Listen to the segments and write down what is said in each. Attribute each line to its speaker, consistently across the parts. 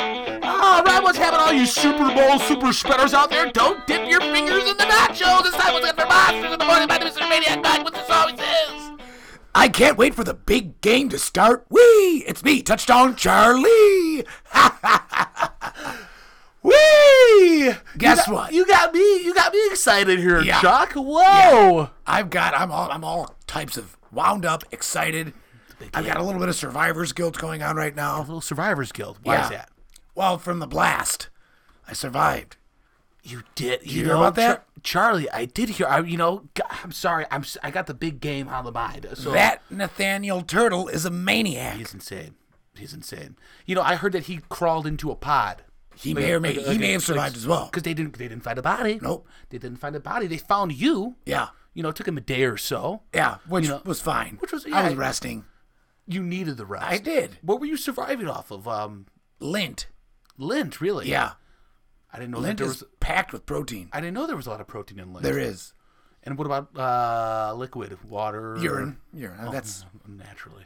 Speaker 1: Ah, all you Super Bowl super spreaders out there, don't dip your fingers in the nachos. This time was good for monsters in the morning. My name is Mr. Maniac Mike. What's this always is?
Speaker 2: I can't wait for the big game to start. Whee! It's me, Touchdown Charlie.
Speaker 1: Whee! you
Speaker 2: Guess
Speaker 1: got,
Speaker 2: what?
Speaker 1: You got me. You got me excited here,
Speaker 2: Yeah.
Speaker 1: Chuck. Whoa!
Speaker 2: I've got I'm all I'm all types of wound up, excited. I've got a little bit of survivor's guilt going on right now.
Speaker 1: Little Survivors Guild. Why is
Speaker 2: Yeah.
Speaker 1: that?
Speaker 2: Well, from the blast, I survived.
Speaker 1: You did. You,
Speaker 2: hear
Speaker 1: know,
Speaker 2: about that?
Speaker 1: Char- Charlie? I did hear. I, you know, g- I'm sorry. I'm. s- I got the big game on the mind. So
Speaker 2: That Nathaniel Turtle is a maniac.
Speaker 1: he's insane. He's insane. You know, I heard that he crawled into a pod.
Speaker 2: He may or may he may have survived as well.
Speaker 1: because they didn't. They didn't find a body.
Speaker 2: Nope.
Speaker 1: They didn't find a body. They found you.
Speaker 2: Yeah,
Speaker 1: You know, it took him a day or so.
Speaker 2: yeah, which
Speaker 1: know,
Speaker 2: was fine.
Speaker 1: which was-
Speaker 2: I
Speaker 1: yeah,
Speaker 2: was
Speaker 1: I-
Speaker 2: resting.
Speaker 1: You needed the rest.
Speaker 2: I did
Speaker 1: What were you surviving off of? Um,
Speaker 2: lint.
Speaker 1: lint, really?
Speaker 2: Yeah,
Speaker 1: I didn't know that
Speaker 2: lint
Speaker 1: there
Speaker 2: is
Speaker 1: was.
Speaker 2: packed with protein.
Speaker 1: I didn't know there was a lot of protein in lint.
Speaker 2: There is
Speaker 1: And what about uh, liquid water?
Speaker 2: urine. Urine.
Speaker 1: Oh.
Speaker 2: That's
Speaker 1: Naturally.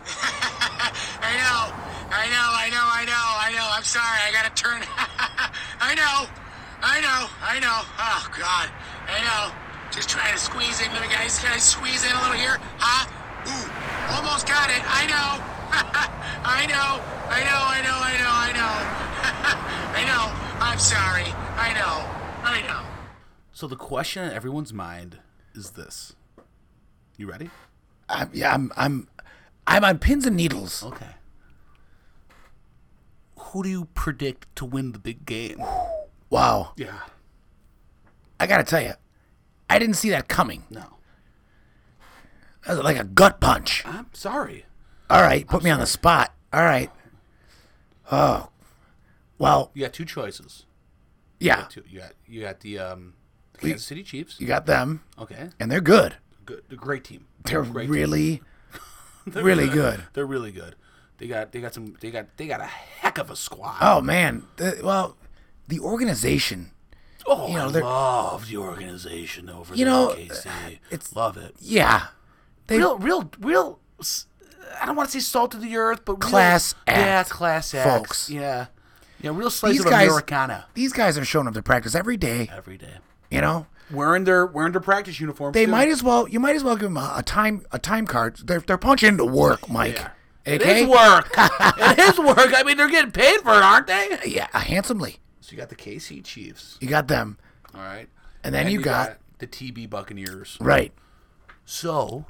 Speaker 3: I know, I know, I know, I know, I know. I'm sorry, I gotta turn. I know, I know, I know. Oh God, I know. Just trying to squeeze in, little guys. Can I squeeze in a little here? Huh? Ooh, almost got it. I know. I know, I know, I know, I know, I know. I know. I'm sorry. I know. I know.
Speaker 1: So the question in everyone's mind is this: You ready?
Speaker 2: I'm, yeah. I'm I'm I'm on pins and needles.
Speaker 1: Okay. Who do you predict to win the big game?
Speaker 2: Wow.
Speaker 1: Yeah.
Speaker 2: I gotta tell you, I didn't see that coming.
Speaker 1: No.
Speaker 2: That was like a gut punch.
Speaker 1: I'm sorry.
Speaker 2: All right, put me on the spot. All right. Oh, well,
Speaker 1: You got two choices.
Speaker 2: yeah.
Speaker 1: Two. You got you got the um, the Kansas City Chiefs.
Speaker 2: You got them,
Speaker 1: Okay.
Speaker 2: and they're good.
Speaker 1: Good. The great team.
Speaker 2: They're
Speaker 1: Great team.
Speaker 2: really, really good.
Speaker 1: They're really good. They got they got some they got they got a heck of a squad.
Speaker 2: Oh man. The- well, the organization.
Speaker 1: Oh,
Speaker 2: You know,
Speaker 1: I
Speaker 2: they're-
Speaker 1: love the organization over
Speaker 2: You
Speaker 1: there,
Speaker 2: know, uh,
Speaker 1: KC.
Speaker 2: it's-
Speaker 1: love it.
Speaker 2: Yeah. They,
Speaker 1: Real, real, real. s- I don't want to say salt of the earth, but real-
Speaker 2: Class
Speaker 1: yeah,
Speaker 2: act,
Speaker 1: class acts,
Speaker 2: folks.
Speaker 1: Yeah, yeah, real slice
Speaker 2: These
Speaker 1: of
Speaker 2: guys-
Speaker 1: Americana
Speaker 2: these guys are showing up to practice every day.
Speaker 1: every day.
Speaker 2: You know,
Speaker 1: Wearing their wearing their practice uniforms.
Speaker 2: they
Speaker 1: too.
Speaker 2: might as well. You might as well give them a, a time a time card. They're they're punching to work, Mike.
Speaker 1: Yeah. It
Speaker 2: Okay.
Speaker 1: is work. it is work. I mean, they're getting paid for it, aren't they?
Speaker 2: Yeah, handsomely.
Speaker 1: So you got the KC Chiefs.
Speaker 2: You got them.
Speaker 1: All right,
Speaker 2: And then you got-
Speaker 1: the TB Buccaneers.
Speaker 2: Right.
Speaker 1: So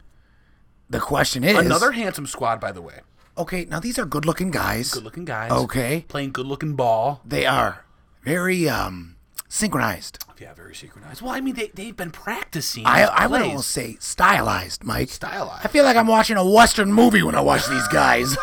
Speaker 2: The question is
Speaker 1: another handsome squad, by the way.
Speaker 2: Okay, now these are good-looking guys.
Speaker 1: Good-looking guys.
Speaker 2: Okay.
Speaker 1: playing good-looking ball.
Speaker 2: They are very um synchronized.
Speaker 1: Yeah, very synchronized. Well, I mean, they they've been practicing.
Speaker 2: I
Speaker 1: these
Speaker 2: I would
Speaker 1: plays.
Speaker 2: almost say stylized, Mike.
Speaker 1: Stylized.
Speaker 2: I feel like I'm watching a western movie when I watch these guys.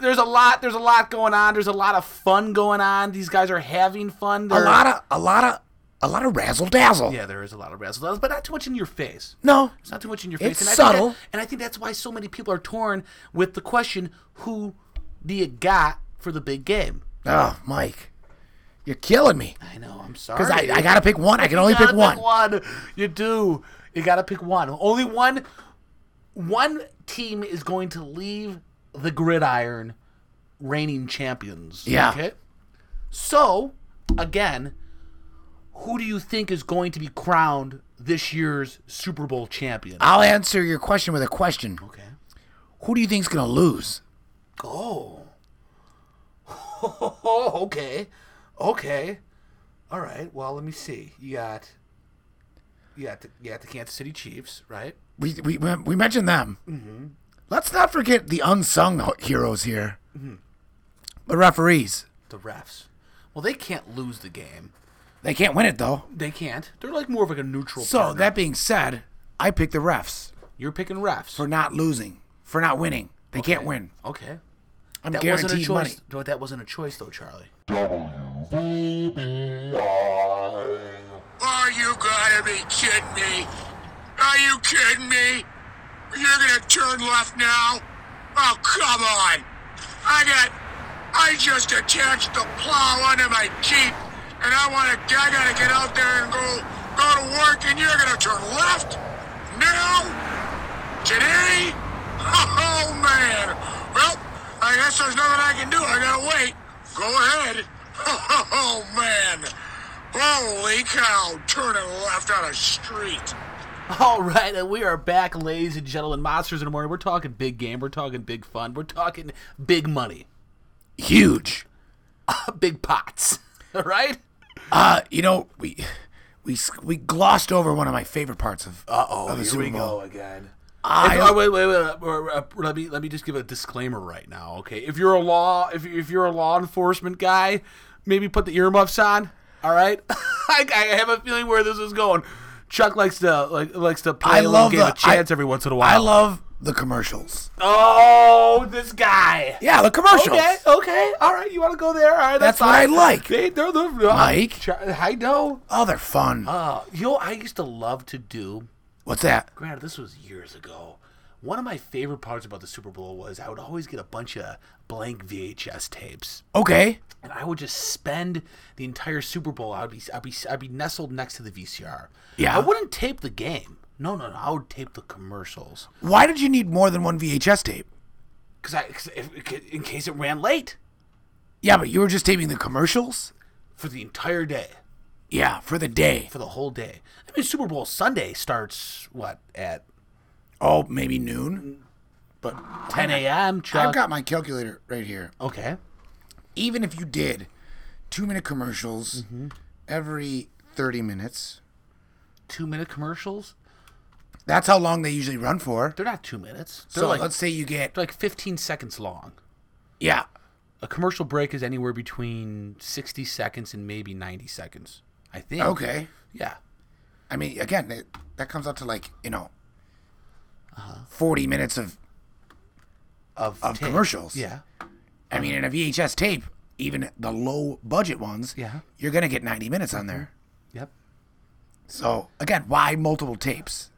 Speaker 1: There's a lot. There's a lot going on. There's a lot of fun going on. These guys are having fun.
Speaker 2: a lot of a lot of a lot of razzle dazzle.
Speaker 1: Yeah, there is a lot of razzle but not too much in your face.
Speaker 2: No.
Speaker 1: It's not too much in your
Speaker 2: It's
Speaker 1: face. I
Speaker 2: subtle.
Speaker 1: Think that, and I think that's why so many people are torn with the question, who do you got for the big game?
Speaker 2: Oh, Mike. You're killing me.
Speaker 1: I know, I'm sorry.
Speaker 2: Cuz I, I got to pick one. I can only
Speaker 1: You gotta
Speaker 2: pick one.
Speaker 1: You do. You got to pick one. Only one. One team is going to leave the gridiron reigning champions.
Speaker 2: Yeah.
Speaker 1: Okay. So, again, who do you think is going to be crowned this year's Super Bowl champion?
Speaker 2: I'll answer your question with a question.
Speaker 1: okay.
Speaker 2: Who do you think's going to lose?
Speaker 1: Oh. Oh, okay. Okay. All right. Well, let me see. You got. You got the, you got the Kansas City Chiefs, right?
Speaker 2: We we we mentioned them.
Speaker 1: Mm-hmm.
Speaker 2: Let's not forget the unsung ho- heroes here.
Speaker 1: Mm-hmm.
Speaker 2: The referees.
Speaker 1: the refs. Well, they can't lose the game.
Speaker 2: They can't win it though.
Speaker 1: They can't. They're like more of like a neutral.
Speaker 2: So
Speaker 1: partner.
Speaker 2: that being said, I pick the refs
Speaker 1: you're picking refs.
Speaker 2: for not losing, for not winning. They can't win.
Speaker 1: okay.
Speaker 2: I'm
Speaker 1: That wasn't a
Speaker 2: guaranteed
Speaker 1: choice.
Speaker 2: money.
Speaker 1: No, that wasn't a choice though, Charlie.
Speaker 3: Are you gotta be kidding me? Are you kidding me? You're gonna turn left now? Oh, come on! I got. I just attached the plow onto my Jeep, and I wanna. I gotta get out there and go go to work, and you're gonna turn left? Now? Today? Oh, man! Well, guess there's nothing I can do. I gotta wait. Go ahead. Oh, man. Holy cow. Turning left on a street.
Speaker 1: All right, and we are back, ladies and gentlemen. Monsters in the morning. We're talking big game. We're talking big fun. We're talking big money,
Speaker 2: Huge.
Speaker 1: big pots. All right.
Speaker 2: Uh, you know, we we s- we glossed over one of my favorite parts of
Speaker 1: Oh,
Speaker 2: of the Super Bowl.
Speaker 1: again.
Speaker 2: I-
Speaker 1: oh, wait, wait, wait, uh, uh, uh, Let me let me just give a disclaimer right now, okay? If you're a law, if you- if you're a law enforcement guy, maybe put the earmuffs on. All right, I, I have a feeling where this is going. Chuck likes to like likes to play
Speaker 2: I
Speaker 1: a little
Speaker 2: love
Speaker 1: game
Speaker 2: the-
Speaker 1: of chance
Speaker 2: I-
Speaker 1: every once in a
Speaker 2: I
Speaker 1: while.
Speaker 2: love the commercials.
Speaker 1: oh, this guy.
Speaker 2: Yeah, the commercials.
Speaker 1: Okay, okay, all right. You want to go there? All right, that's,
Speaker 2: That's what I
Speaker 1: fine.
Speaker 2: like.
Speaker 1: They, they're, they're,
Speaker 2: Mike?
Speaker 1: Ch- I know.
Speaker 2: Oh, they're fun.
Speaker 1: Uh, you know, I used to love to do
Speaker 2: What's that?
Speaker 1: granted this was years ago one of my favorite parts about the super bowl was i would always get a bunch of blank vhs tapes
Speaker 2: Okay.
Speaker 1: and i would just spend the entire super bowl i'd be i'd be i'd be nestled next to the vcr
Speaker 2: Yeah.
Speaker 1: i wouldn't tape the game no no no i would tape the commercials
Speaker 2: Why did you need more than one VHS tape?
Speaker 1: because i 'cause if, in case it ran late
Speaker 2: Yeah, but you were just taping the commercials?
Speaker 1: for the entire day
Speaker 2: Yeah, for the day.
Speaker 1: for the whole day i mean super bowl sunday starts what at
Speaker 2: Oh, maybe noon?
Speaker 1: but 10 a.m
Speaker 2: I've
Speaker 1: Chuck.
Speaker 2: got my calculator right here.
Speaker 1: okay
Speaker 2: Even if you did two minute commercials
Speaker 1: Mm-hmm.
Speaker 2: every 30 minutes,
Speaker 1: two minute commercials
Speaker 2: that's how long they usually run for.
Speaker 1: they're not two minutes they're
Speaker 2: So
Speaker 1: like
Speaker 2: let's say you get,
Speaker 1: They're like 15 seconds long.
Speaker 2: yeah,
Speaker 1: A commercial break is anywhere between 60 seconds and maybe 90 seconds. I think.
Speaker 2: okay.
Speaker 1: Yeah.
Speaker 2: I mean, again, it, that comes out to like, you know,
Speaker 1: Uh-huh.
Speaker 2: 40 minutes of,
Speaker 1: Of,
Speaker 2: of
Speaker 1: tape.
Speaker 2: commercials.
Speaker 1: Yeah.
Speaker 2: I mean, in a VHS tape, even the low budget ones,
Speaker 1: Yeah. Mm-hmm.
Speaker 2: you're going to get 90 minutes on there.
Speaker 1: Yep.
Speaker 2: So again, why multiple tapes?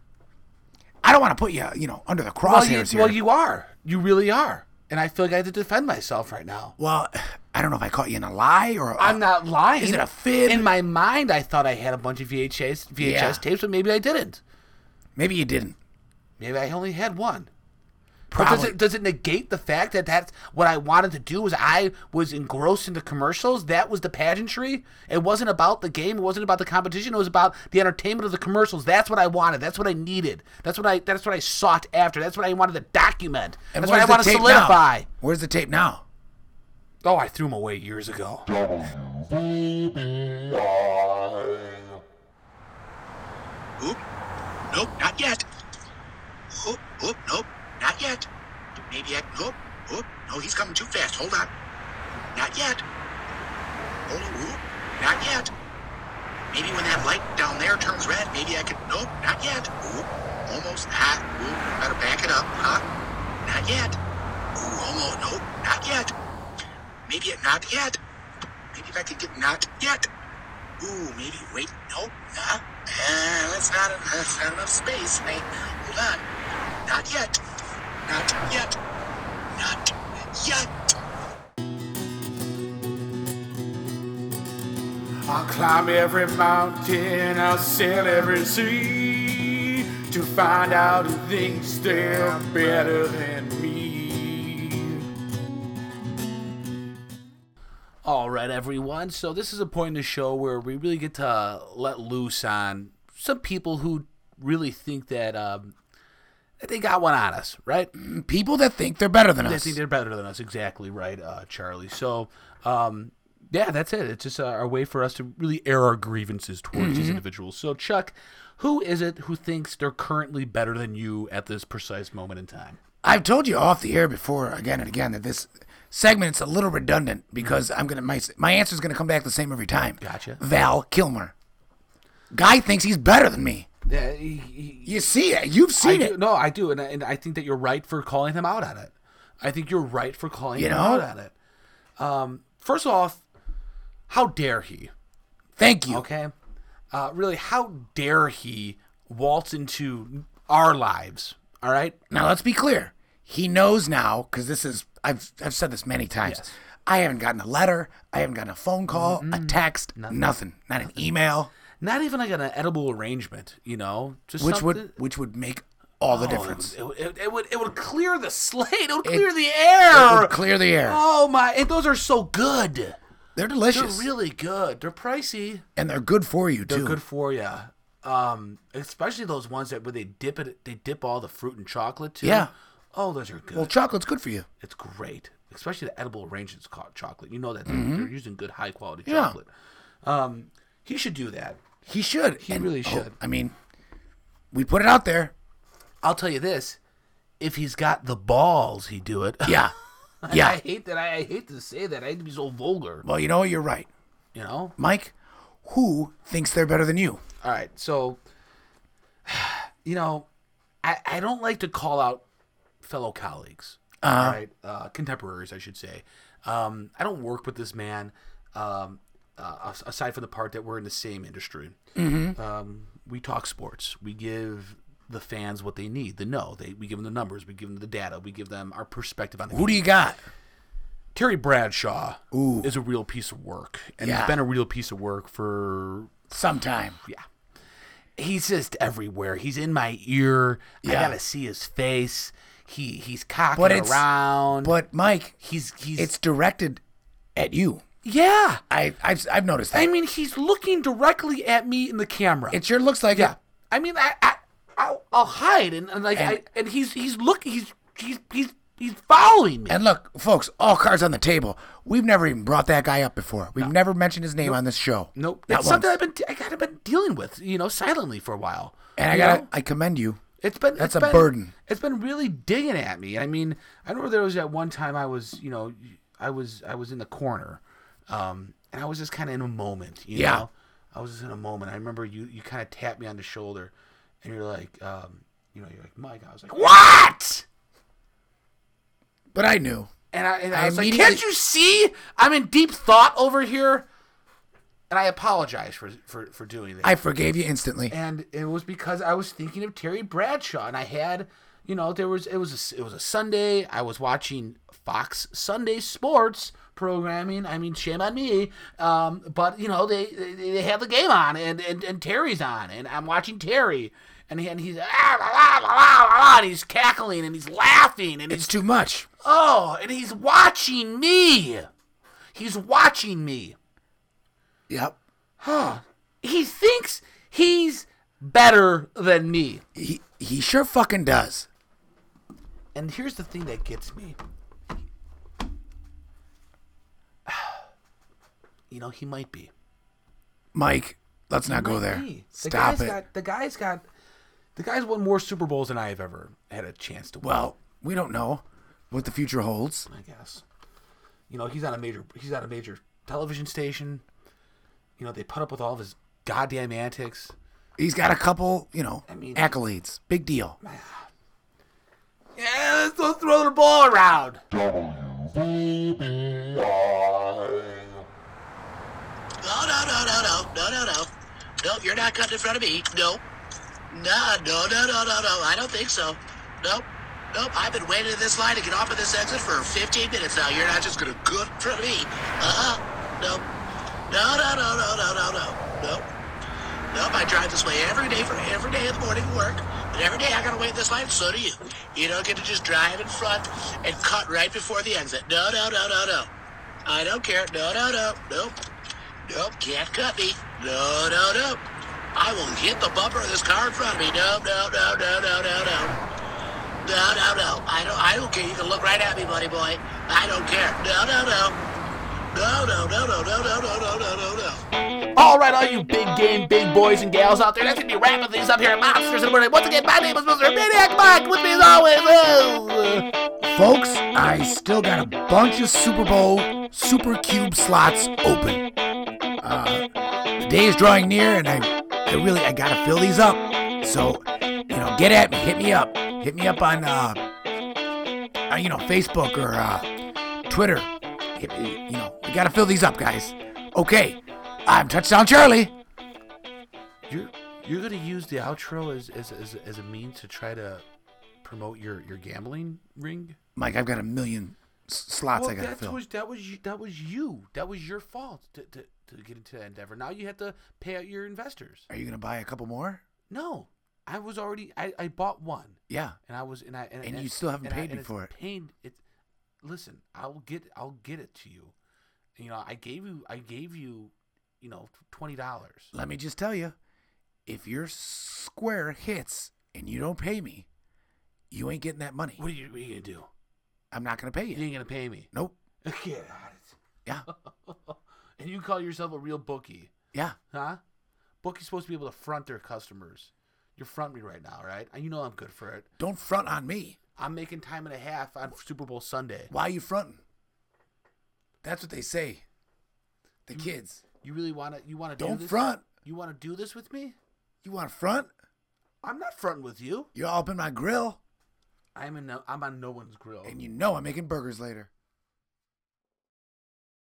Speaker 2: I don't want to put you, you know, under the
Speaker 1: Well you,
Speaker 2: crosshairs
Speaker 1: well,
Speaker 2: here.
Speaker 1: you are. You really are. And I feel like I have to defend myself right now.
Speaker 2: Well, I don't know if I caught you in a lie or
Speaker 1: I'm not lying.
Speaker 2: Is it a fib?
Speaker 1: In my mind, I thought I had a bunch of VHS, VHS
Speaker 2: Yeah.
Speaker 1: tapes, but maybe I didn't.
Speaker 2: maybe you didn't.
Speaker 1: Maybe I only had one. But
Speaker 2: Probably.
Speaker 1: does it does it negate the fact that that's what I wanted to do? Was I was engrossed in the commercials? That was the pageantry. It wasn't about the game. It wasn't about the competition. It was about the entertainment of the commercials. That's what I wanted. That's what I needed. That's what I that's what I sought after. That's what I wanted to document.
Speaker 2: And
Speaker 1: that's what I
Speaker 2: where's
Speaker 1: want
Speaker 2: the
Speaker 1: to
Speaker 2: tape now?
Speaker 1: solidify.
Speaker 2: Where's the tape now?
Speaker 1: Oh, I threw them away years ago.
Speaker 3: Oop. Nope, not yet. Oop, oop, nope, not yet. Maybe I can. Oop, oop. No, he's coming too fast. Hold on. Not yet. Hold on, oop. Not yet. Maybe when that light down there turns red, maybe I can. Nope, not yet. Oop, almost. Ah, oop. Better back it up, huh? Not yet. Ooh, almost. Nope, not yet. Maybe it not yet. Maybe if I could get not yet. Ooh, maybe wait. Nope. Nah. Uh, that's not en- that's not enough space, mate. Hold on. Not yet. Not yet. Not yet.
Speaker 4: I'll climb every mountain, I'll sail every sea to find out who thinks they're better than me.
Speaker 1: All right, everyone. So this is a point in the show where we really get to let loose on some people who really think that um, that they got one on us, right?
Speaker 2: People that think they're better than
Speaker 1: I
Speaker 2: us.
Speaker 1: think they're better than us. Exactly right, uh, Charlie. So, um, yeah, that's it. It's just uh, our way for us to really air our grievances towards these individuals. So, Chuck, who is it who thinks they're currently better than you at this precise moment in time?
Speaker 2: I've told you off the air before, again and again, that this segment's a little redundant because I'm gonna my my answer's gonna come back the same every time.
Speaker 1: Gotcha.
Speaker 2: Val Kilmer. Guy thinks he's better than me.
Speaker 1: Yeah,
Speaker 2: You see it. You've
Speaker 1: I
Speaker 2: seen it.
Speaker 1: do, no, I do, and I, and I think that you're right for calling him out on it. I think you're right for calling
Speaker 2: You
Speaker 1: him
Speaker 2: know?
Speaker 1: out on it. Um, first off, how dare he?
Speaker 2: Thank you.
Speaker 1: Okay, uh, really, how dare he waltz into our lives? All right,
Speaker 2: Now let's be clear. He knows now because this is I've I've said this many times.
Speaker 1: Yes.
Speaker 2: I haven't gotten a letter. I haven't gotten a phone call, a text, nothing, not an email,
Speaker 1: not even like an edible arrangement, you know, just
Speaker 2: which
Speaker 1: something-
Speaker 2: would which would make all
Speaker 1: Oh,
Speaker 2: the difference.
Speaker 1: It, would- it, it would it would clear the slate. It would clear the air.
Speaker 2: It would clear the air.
Speaker 1: oh my! And those are so good.
Speaker 2: They're
Speaker 1: They're
Speaker 2: delicious.
Speaker 1: really good. They're pricey.
Speaker 2: and they're good for you
Speaker 1: They're
Speaker 2: too.
Speaker 1: good for you. Um, especially those ones that where they dip it, they dip all the fruit and chocolate too.
Speaker 2: Yeah.
Speaker 1: Oh, those are good.
Speaker 2: well, chocolate's good for you.
Speaker 1: it's great, especially the edible arrangements co- chocolate. You know that they're, they're using good high quality
Speaker 2: Mm-hmm. Yeah.
Speaker 1: chocolate. Um, he should do that.
Speaker 2: He should. He
Speaker 1: really should.
Speaker 2: I mean, we put it out there.
Speaker 1: I'll tell you this: if he's got the balls, he do it.
Speaker 2: Yeah.
Speaker 1: I
Speaker 2: yeah.
Speaker 1: hate that. I, I hate to say that. I hate to be so vulgar.
Speaker 2: Well, you know, you're right.
Speaker 1: You know.
Speaker 2: Mike, who thinks they're better than you?
Speaker 1: All right. So, you know, I, I don't like to call out fellow colleagues,
Speaker 2: Uh-huh.
Speaker 1: all right, uh, contemporaries, I should say. Um, I don't work with this man, um, uh, as- aside from the part that we're in the same industry.
Speaker 2: Mm-hmm.
Speaker 1: Um, we talk sports. We give the fans what they need. The know. They we give them the numbers. We give them the data. We give them our perspective on the
Speaker 2: Who do you got?
Speaker 1: Terry Bradshaw is a real piece of work, and
Speaker 2: Yeah.
Speaker 1: he's been a real piece of work for
Speaker 2: Sometime.
Speaker 1: yeah. He's just everywhere. He's in my ear. I
Speaker 2: Yeah.
Speaker 1: gotta see his face. He he's cocking
Speaker 2: But it's-
Speaker 1: around.
Speaker 2: But Mike,
Speaker 1: he's he's
Speaker 2: it's directed at you.
Speaker 1: yeah.
Speaker 2: I, I've, I've noticed that.
Speaker 1: I mean, he's looking directly at me in the camera.
Speaker 2: it sure looks like
Speaker 1: yeah.
Speaker 2: it.
Speaker 1: I mean, I, I I'll, I'll hide and, and like
Speaker 2: And-
Speaker 1: I, and he's he's looking he's he's he's he's following me.
Speaker 2: And look, folks, all cards on the table. We've never even brought that guy up before. We've never mentioned his name on this show.
Speaker 1: nope.
Speaker 2: Not
Speaker 1: That's something
Speaker 2: once.
Speaker 1: I've been I kind of been dealing with, you know, silently for a while.
Speaker 2: And I
Speaker 1: You
Speaker 2: got
Speaker 1: know?
Speaker 2: to I commend you.
Speaker 1: It's been
Speaker 2: That's
Speaker 1: it's
Speaker 2: a
Speaker 1: been-
Speaker 2: burden.
Speaker 1: It's been really digging at me. I mean, I remember there was that one time I was, you know, I was I was in the corner, um, and I was just kind of in a moment. You
Speaker 2: Yeah.
Speaker 1: know? I was just in a moment. I remember you you kind of tapped me on the shoulder, and you're like, um, you know, you're like Mike. I was like, what?
Speaker 2: But I knew.
Speaker 1: And I and I,
Speaker 2: I
Speaker 1: was like,
Speaker 2: immediately-
Speaker 1: can't you see? I'm in deep thought over here, and I apologize for for for doing that.
Speaker 2: I forgave you instantly.
Speaker 1: and it was because I was thinking of Terry Bradshaw, and I had, you know, there was it was a, it was a Sunday. I was watching Fox Sunday Sports programming. I mean, shame on me. Um, but you know, they they, they had the game on, and, and and Terry's on, and I'm watching Terry, and he, and he's ah, la, la, la, la, la," and he's cackling, and he's laughing, and
Speaker 2: It's
Speaker 1: he's
Speaker 2: too much.
Speaker 1: oh, and he's watching me. He's watching me.
Speaker 2: Yep.
Speaker 1: He thinks he's better than me.
Speaker 2: He, he sure fucking does.
Speaker 1: And here's the thing that gets me. You know, he might be.
Speaker 2: Mike, let's not go there.
Speaker 1: He. The
Speaker 2: Stop
Speaker 1: guy's
Speaker 2: it.
Speaker 1: Got, the guy's got. The guy's won more Super Bowls than I have ever had a chance to win.
Speaker 2: Well, we don't know what the future holds.
Speaker 1: I guess. You know, he's on a major. He's on a major television station. You know, they put up with all of his goddamn antics.
Speaker 2: He's got a couple, you know,
Speaker 1: mean-
Speaker 2: accolades. Big deal.
Speaker 1: Yeah, let's go throw the ball around.
Speaker 3: No, no, no, no, no, no, no, no. No, you're not cutting in front of me. No. No, no, no, no, no, no. I don't think so. Nope. Nope. I've been waiting in this line to get off of this exit for 15 minutes now. You're not just going to cut in front of me. Uh-huh. Nope. No, no, no, no, no, no, no. Nope. Nope. I drive this way every day for every day of the morning at work. And every day I got to wait in this line. So do you. You don't get to just drive in front and cut right before the exit. No, no, no, no, no. I don't care. No, no, no. Nope. Nope, can't cut me. No, no, no. I will hit the bumper of this car in front of me. No, no, no, no, no, no, no. No, no, no. I don't. I don't care. You can look right at me, buddy boy. I don't care. No, no, no. No, no, no, no, no, no, no, no, no, no, no.
Speaker 1: All right, all you big game, big boys and gals out there, that's gonna be wrapping things up here at Monsters and Morning. Once again, my name is Mr. Maniac Mike. With me as always. oh, uh,
Speaker 2: Folks, I still got a bunch of Super Bowl Super Cube slots open. Uh, the day is drawing near, and I, I really, I gotta fill these up. So, you know, get at me, hit me up, hit me up on, uh, uh, you know, Facebook or uh, Twitter. Hit me- you know, we gotta fill these up, guys. Okay, I'm Touchdown Charlie.
Speaker 1: You're you're gonna use the outro as as as, as a means to try to promote your your gambling ring.
Speaker 2: Mike, I've got a million s- slots I gotta
Speaker 1: that
Speaker 2: fill.
Speaker 1: was that was you, that was you. That was your fault to, to to get into that endeavor. Now you have to pay out your investors.
Speaker 2: Are you gonna buy a couple more?
Speaker 1: No, I was already I, I bought one.
Speaker 2: Yeah.
Speaker 1: And I was and I and,
Speaker 2: And you still haven't
Speaker 1: and I-
Speaker 2: paid
Speaker 1: and
Speaker 2: me
Speaker 1: it's
Speaker 2: for it.
Speaker 1: Paid it. Listen, I'll get I'll get it to you. You know, I gave you I gave you, you know, twenty dollars.
Speaker 2: Let me just tell you, if your square hits and you don't pay me, you ain't getting that money.
Speaker 1: What are you what are you gonna do?
Speaker 2: I'm not gonna pay
Speaker 1: You
Speaker 2: you.
Speaker 1: ain't gonna pay me.
Speaker 2: Nope.
Speaker 1: Get out of it.
Speaker 2: Yeah.
Speaker 1: And you call yourself a real bookie,
Speaker 2: Yeah.
Speaker 1: huh? Bookie's supposed to be able to front their customers. You're fronting me right now, right? And you know I'm good for it.
Speaker 2: Don't front on me.
Speaker 1: I'm making time and a half on Super Bowl Sunday.
Speaker 2: Why you fronting? That's what they say. The kids.
Speaker 1: You really wanna you wanna do
Speaker 2: Don't
Speaker 1: this?
Speaker 2: front.
Speaker 1: You wanna do this with me?
Speaker 2: You want to front?
Speaker 1: I'm not fronting with you.
Speaker 2: You're all up in my grill,
Speaker 1: I'm in. No, I'm on no one's grill.
Speaker 2: and you know I'm making burgers later.